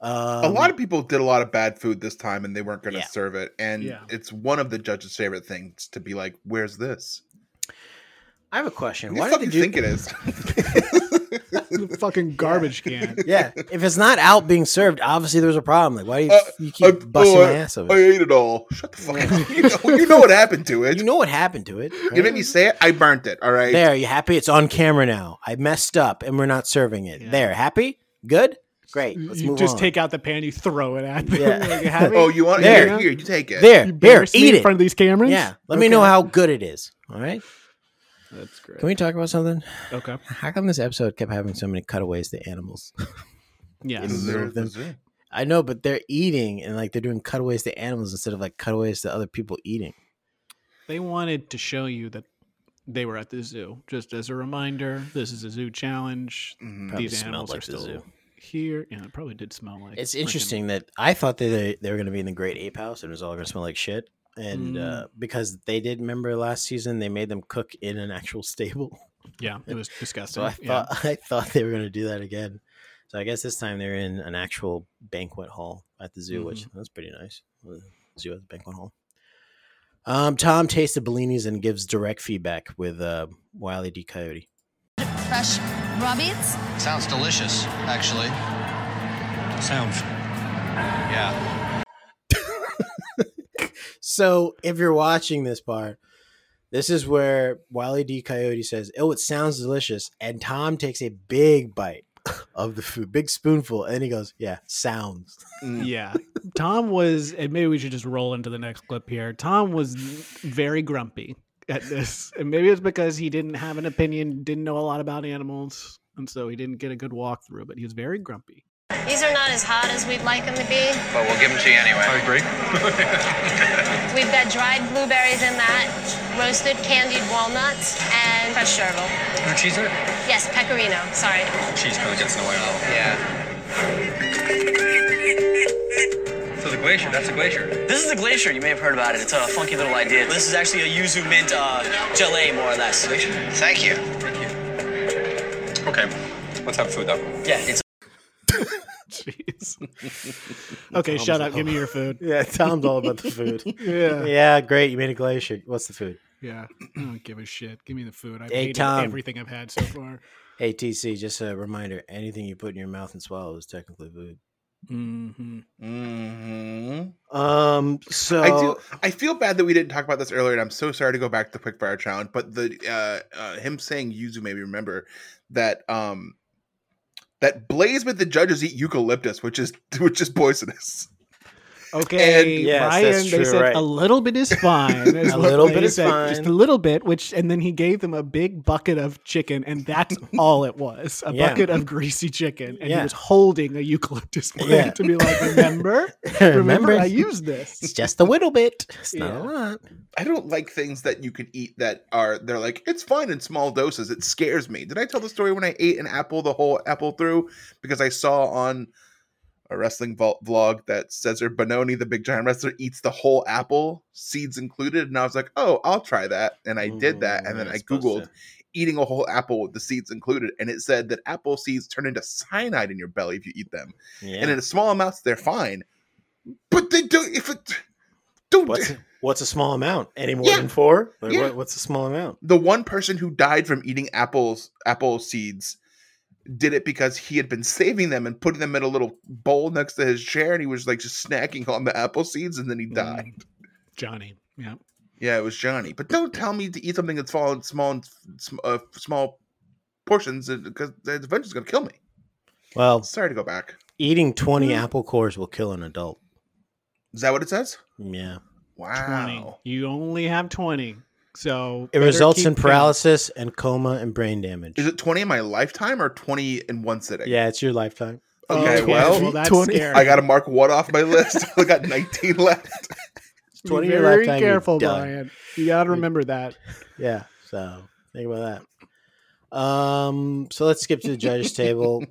D: a lot of people did a lot of bad food this time, and they weren't going to
B: Um, Yeah.
D: serve it. And
C: Yeah.
D: it's one of the judges' favorite things to be like, "Where's this?
B: I have a question.
D: What do
B: Why
D: you
B: did they
D: fucking
B: do?
D: think it is?"
C: The fucking garbage can.
B: yeah, if it's not out being served, obviously there's a problem. Like, why do you,
D: Uh,
B: you keep
D: I-
B: busting
D: oh,
B: my ass over?
D: I
B: it?
D: ate it all. Shut the fuck up. You know, you know what happened to it.
B: you
D: You,
B: know what happened to it? right?
D: made me say it. I burnt it. All right.
B: There, you happy? It's on camera now. I messed up and we're not serving it.
C: Yeah.
B: There, happy? Good? Great. Let's
C: You
B: move
C: just
B: on.
C: take out the pan, you throw it at them.
B: Yeah.
C: Like, have it.
D: Oh, you want
B: There.
D: Here, here, you take it.
B: there,
C: You
B: here,
C: embarrass me
B: eat
C: in
B: it.
C: front of these cameras.
B: yeah. Let me know how good it is. All right.
C: That's great.
B: Can we talk about something?
C: okay.
B: How come this episode kept having so many cutaways to animals?
C: Yeah.
B: Is
D: There-
B: Observe them.
D: there.
B: I know, but they're eating and like they're doing cutaways to animals instead of like cutaways to other people eating.
C: They wanted to show you that they were at the zoo. Just as a reminder, this is a zoo challenge.
D: Mhm.
B: Probably
C: These
B: smelled
C: animals
B: like
C: are
B: the
C: still
B: zoo.
C: here. Yeah, it probably did smell like.
B: It's
C: freaking-
B: interesting that I thought that they, they were going to be in the Great Ape House and it was all going to smell like shit. And uh,
C: Mm.
B: because they did remember last season, they made them cook in an actual stable.
C: Yeah, it was disgusting.
B: So I
C: yeah.
B: thought I thought they were going to do that again. So I guess this time they're in an actual banquet hall at the zoo, which
C: Mm-hmm.
B: that's pretty nice. The zoo at the banquet hall. Um, Tom tasted Bellinis and gives direct feedback with uh, Wiley D. Coyote.
F: fresh rabbits.
H: Sounds delicious, actually. Sounds. Yeah.
B: So if you're watching this part, this is where Wiley D. Coyote says, "Oh, it sounds delicious," and Tom takes a big bite of the food, big spoonful, and he goes, "Yeah, sounds."
C: yeah. Tom was, and maybe we should just roll into the next clip here. Tom was very grumpy at this. And maybe it's because he didn't have an opinion, didn't know a lot about animals. And so he didn't get a good walkthrough, but he was very grumpy.
I: These are not as hot as we'd like them to be.
E: But we'll give them to you anyway.
H: agree.
I: We've got dried blueberries in that, roasted candied walnuts, and fresh chervil.
H: No cheese in it?
I: Yes, pecorino. Sorry.
H: Cheese kind of gets in the way of that
E: Yeah.
H: one. So the glacier, that's a glacier.
J: This is the glacier. You may have heard about it. It's a funky little idea. This is actually a yuzu mint uh, gelée, more or less.
E: Thank you.
H: Okay. Let's have food though.
J: Yeah, it's
C: Jeez. okay, shut up. Give me your food.
B: Yeah, Tom's all about the food.
C: Yeah. Yeah.
B: yeah, great. You made a glacier. What's the food?
C: I don't give a shit. Give me the food. I've
B: Hey,
C: hated
B: Tom.
C: everything I've had so far.
B: Hey TC, just a reminder: anything you put in your mouth and swallow is technically food.
C: hmm
D: Mhm.
B: Um, so
D: I do. I feel bad that we didn't talk about this earlier, and I'm so sorry to go back to the quick fire challenge. But the uh, uh, him saying Yuzu made me remember that um that Blaze made the judges eat eucalyptus, which is which is poisonous.
C: Okay,
D: And-
B: Yes,
C: Brian.
B: that's
C: they
B: true,
C: said
B: right.
C: a little bit is fine. is
B: A
C: what
B: little
C: they
B: bit is
C: just a
B: fine.
C: little bit. Which and then he gave them a big bucket of chicken, and that's all it was a
B: Yeah.
C: bucket of greasy chicken. And he
B: Yeah.
C: was holding a eucalyptus plant
B: Yeah.
C: to be like, remember, remember,
B: remember,
C: I used this.
B: it's just a little bit. It's not
C: Yeah.
B: a lot.
D: I don't like things that you can eat that are they're like it's fine in small doses. It scares me. Did I tell the story when I ate an apple the whole apple through because I saw on a wrestling vault vlog that Cesar Bononi, the big giant wrestler, eats the whole apple, seeds included, and I was like, oh, I'll try that, and I did that,
B: Mm,
D: and then
B: you're
D: I
B: supposed
D: googled
B: to.
D: eating a whole apple with the seeds included, and it said that apple seeds turn into cyanide in your belly if you eat them,
B: Yeah.
D: and in small amounts they're fine. But they don't. If it don't,
B: What's what's a small amount? Any more
D: Yeah.
B: than four? Like,
D: Yeah.
B: what, what's a small amount?
D: the one person who died from eating apples apple seeds did it because he had been saving them and putting them in a little bowl next to his chair and he was like just snacking on the apple seeds and then he died
C: Mm.
B: Mm.
C: Johnny. Yeah.
D: yeah it was johnny but don't tell me to eat something that's fall in small and sm- uh, small portions because the adventure's going to kill me
B: Well,
D: sorry to go back
B: eating twenty apple cores will kill an adult.
D: is that what it says
B: Yeah,
D: wow
C: 20. You only have 20. So
B: it
C: better
B: results in
C: keep count.
B: paralysis and coma and brain damage.
D: is it 20 in my lifetime or 20 in one sitting
B: Yeah, it's your lifetime.
C: Oh,
D: okay
C: yeah,
D: well
C: well, that's
B: 20.
C: scary.
D: i gotta mark one off my list i got 19 left
B: It's
C: Be
B: twenty in your
C: very
B: lifetime. you're
C: careful,
B: done.
C: Brian. You got to remember that.
B: Yeah. So think about that. Um. So let's skip to the judges' table.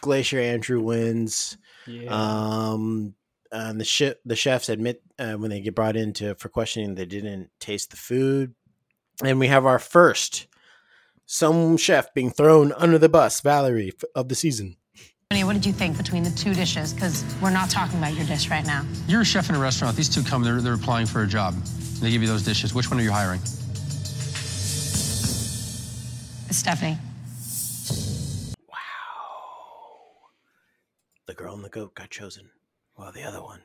B: Glacier Andrew wins.
C: Yeah.
B: Um. And the chef, the chefs admit uh, when they get brought in to for questioning, they didn't taste the food. And we have our first some chef being thrown under the bus, Valerie f- of the season.
F: Honey, what did you think between the two dishes? Because we're not talking about your dish right now.
K: You're a chef in a restaurant. These two come, they're, they're applying for a job. They give you those dishes. Which one are you hiring?
F: Stephanie.
B: The girl and the goat got chosen, while the other one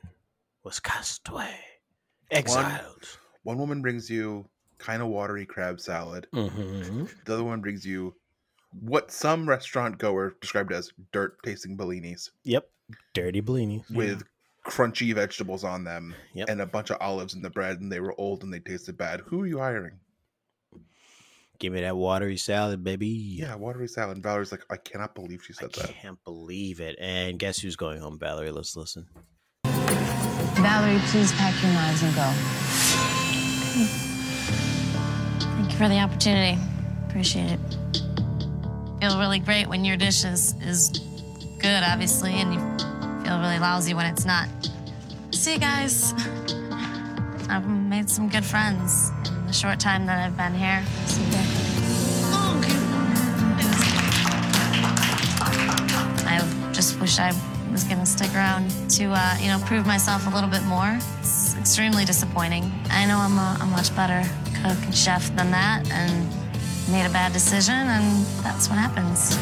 B: was cast away, exiled.
D: one woman brings you kind of watery crab salad
B: Mm-hmm.
D: The other one brings you what some restaurant goer described as dirt tasting bellinis
B: Yep, dirty Bellini.
D: with crunchy vegetables on them
B: Yep.
D: and a bunch of olives in the bread, and they were old and they tasted bad. Who are you hiring?
B: Give me that watery salad, baby.
D: Yeah, watery salad. And Valerie's like, I cannot believe she
B: I
D: said that.
B: can't believe it. And guess who's going home, Valerie? Let's listen.
F: Valerie, please pack your knives and go.
I: Thank you for the opportunity. Appreciate it. Feel really great when your dish is, is good, obviously, and you feel really lousy when it's not. See you guys. I've made some good friends in the short time that I've been here. See you there. I just wish I was gonna stick around to uh, you know prove myself a little bit more. It's extremely disappointing. I know I'm a, a much better cook and chef than that, and made a bad decision, and that's what happens.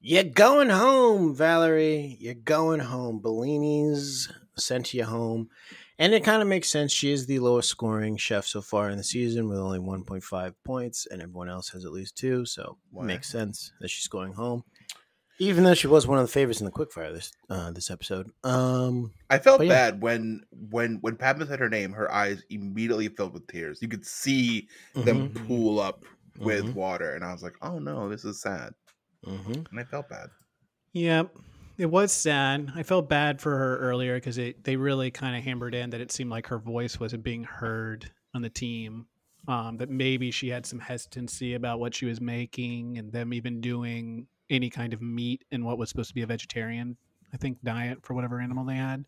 B: You're going home, Valerie. You're going home. Bellini's sent you home. And it kind of makes sense. She is the lowest scoring chef so far in the season with only 1.5 points, and everyone else has at least two. So
D: Why?
B: it makes sense that she's going home. Even though she was one of the favorites in the quickfire this uh, this episode. Um,
D: I felt
B: But yeah.
D: bad when when when Padma said her name, her eyes immediately filled with tears. You could see them
B: mhm,
D: pool up with
B: mhm,
D: water, and I was like, Oh no, this is sad.
B: mhm.
D: And I felt bad.
C: Yep. It was sad. I felt bad for her earlier because they really kind of hammered in that it seemed like her voice wasn't being heard on the team. Um, that maybe she had some hesitancy about what she was making and them even doing any kind of meat in what was supposed to be a vegetarian, I think, diet for whatever animal they had.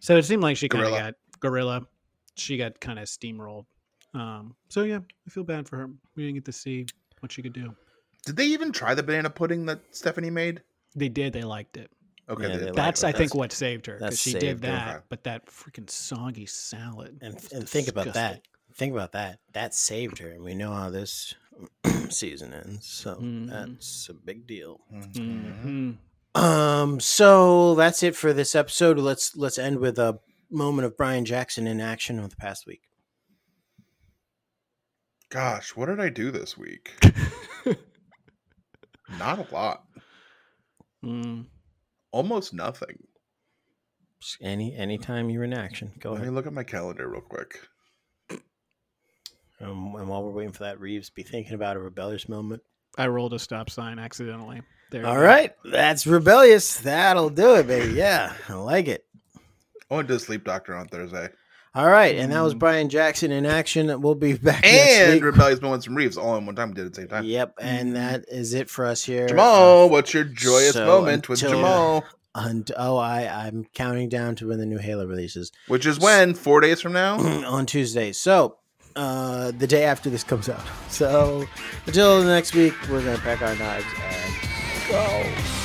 C: So it seemed like she kind of
D: Gorilla.
C: got gorilla. She got kind of steamrolled. Um, so yeah, I feel bad for her. We didn't get to see what she could do.
D: Did they even try the banana pudding that Stephanie made?
C: They did. They liked it.
D: Okay,
B: Yeah,
D: they
B: they
D: did.
B: liked
C: That's
B: it.
C: I
B: That's-
C: think what saved her
B: that
C: because she did
B: saved her.
C: that,
D: Okay.
C: but that freaking soggy salad
B: and,
C: was
B: and think about that.
C: disgusting.
B: Think about that. That saved her, and we know how this season ends, so
C: Mhm.
B: that's a big deal.
D: Mhm.
C: Mhm.
B: Um, so that's it for this episode. Let's let's end with a moment of Brian Jackson in action of the past week.
D: Gosh, what did I do this week? Not a lot.
C: Mm.
D: Almost nothing.
B: Any anytime you're in action, go
D: Let me
B: ahead.
D: look at my calendar real quick.
B: Um, and while we're waiting for that, Reeves, be thinking about a rebellious moment.
C: I rolled a stop sign accidentally. There.
B: All right, that's rebellious. That'll do it, baby. Yeah, I like it.
D: I went to the sleep doctor on Thursday.
B: All right, and that was
C: Mm.
B: Brian Jackson in action. We'll be back next
D: And
B: week.
D: Rebellious Moments from Reeves all in one time did at the same time.
B: Yep, and that is it for us here. uh,
D: Jamal, what's your joyous
B: so
D: moment with
B: until-
D: Jamal?
B: And oh, I I'm counting down to when the new Halo releases
D: Which is when? Four days from now?
B: on Tuesday. So, uh, the day after this comes out. So, until next week, we're gonna pack our knives and go.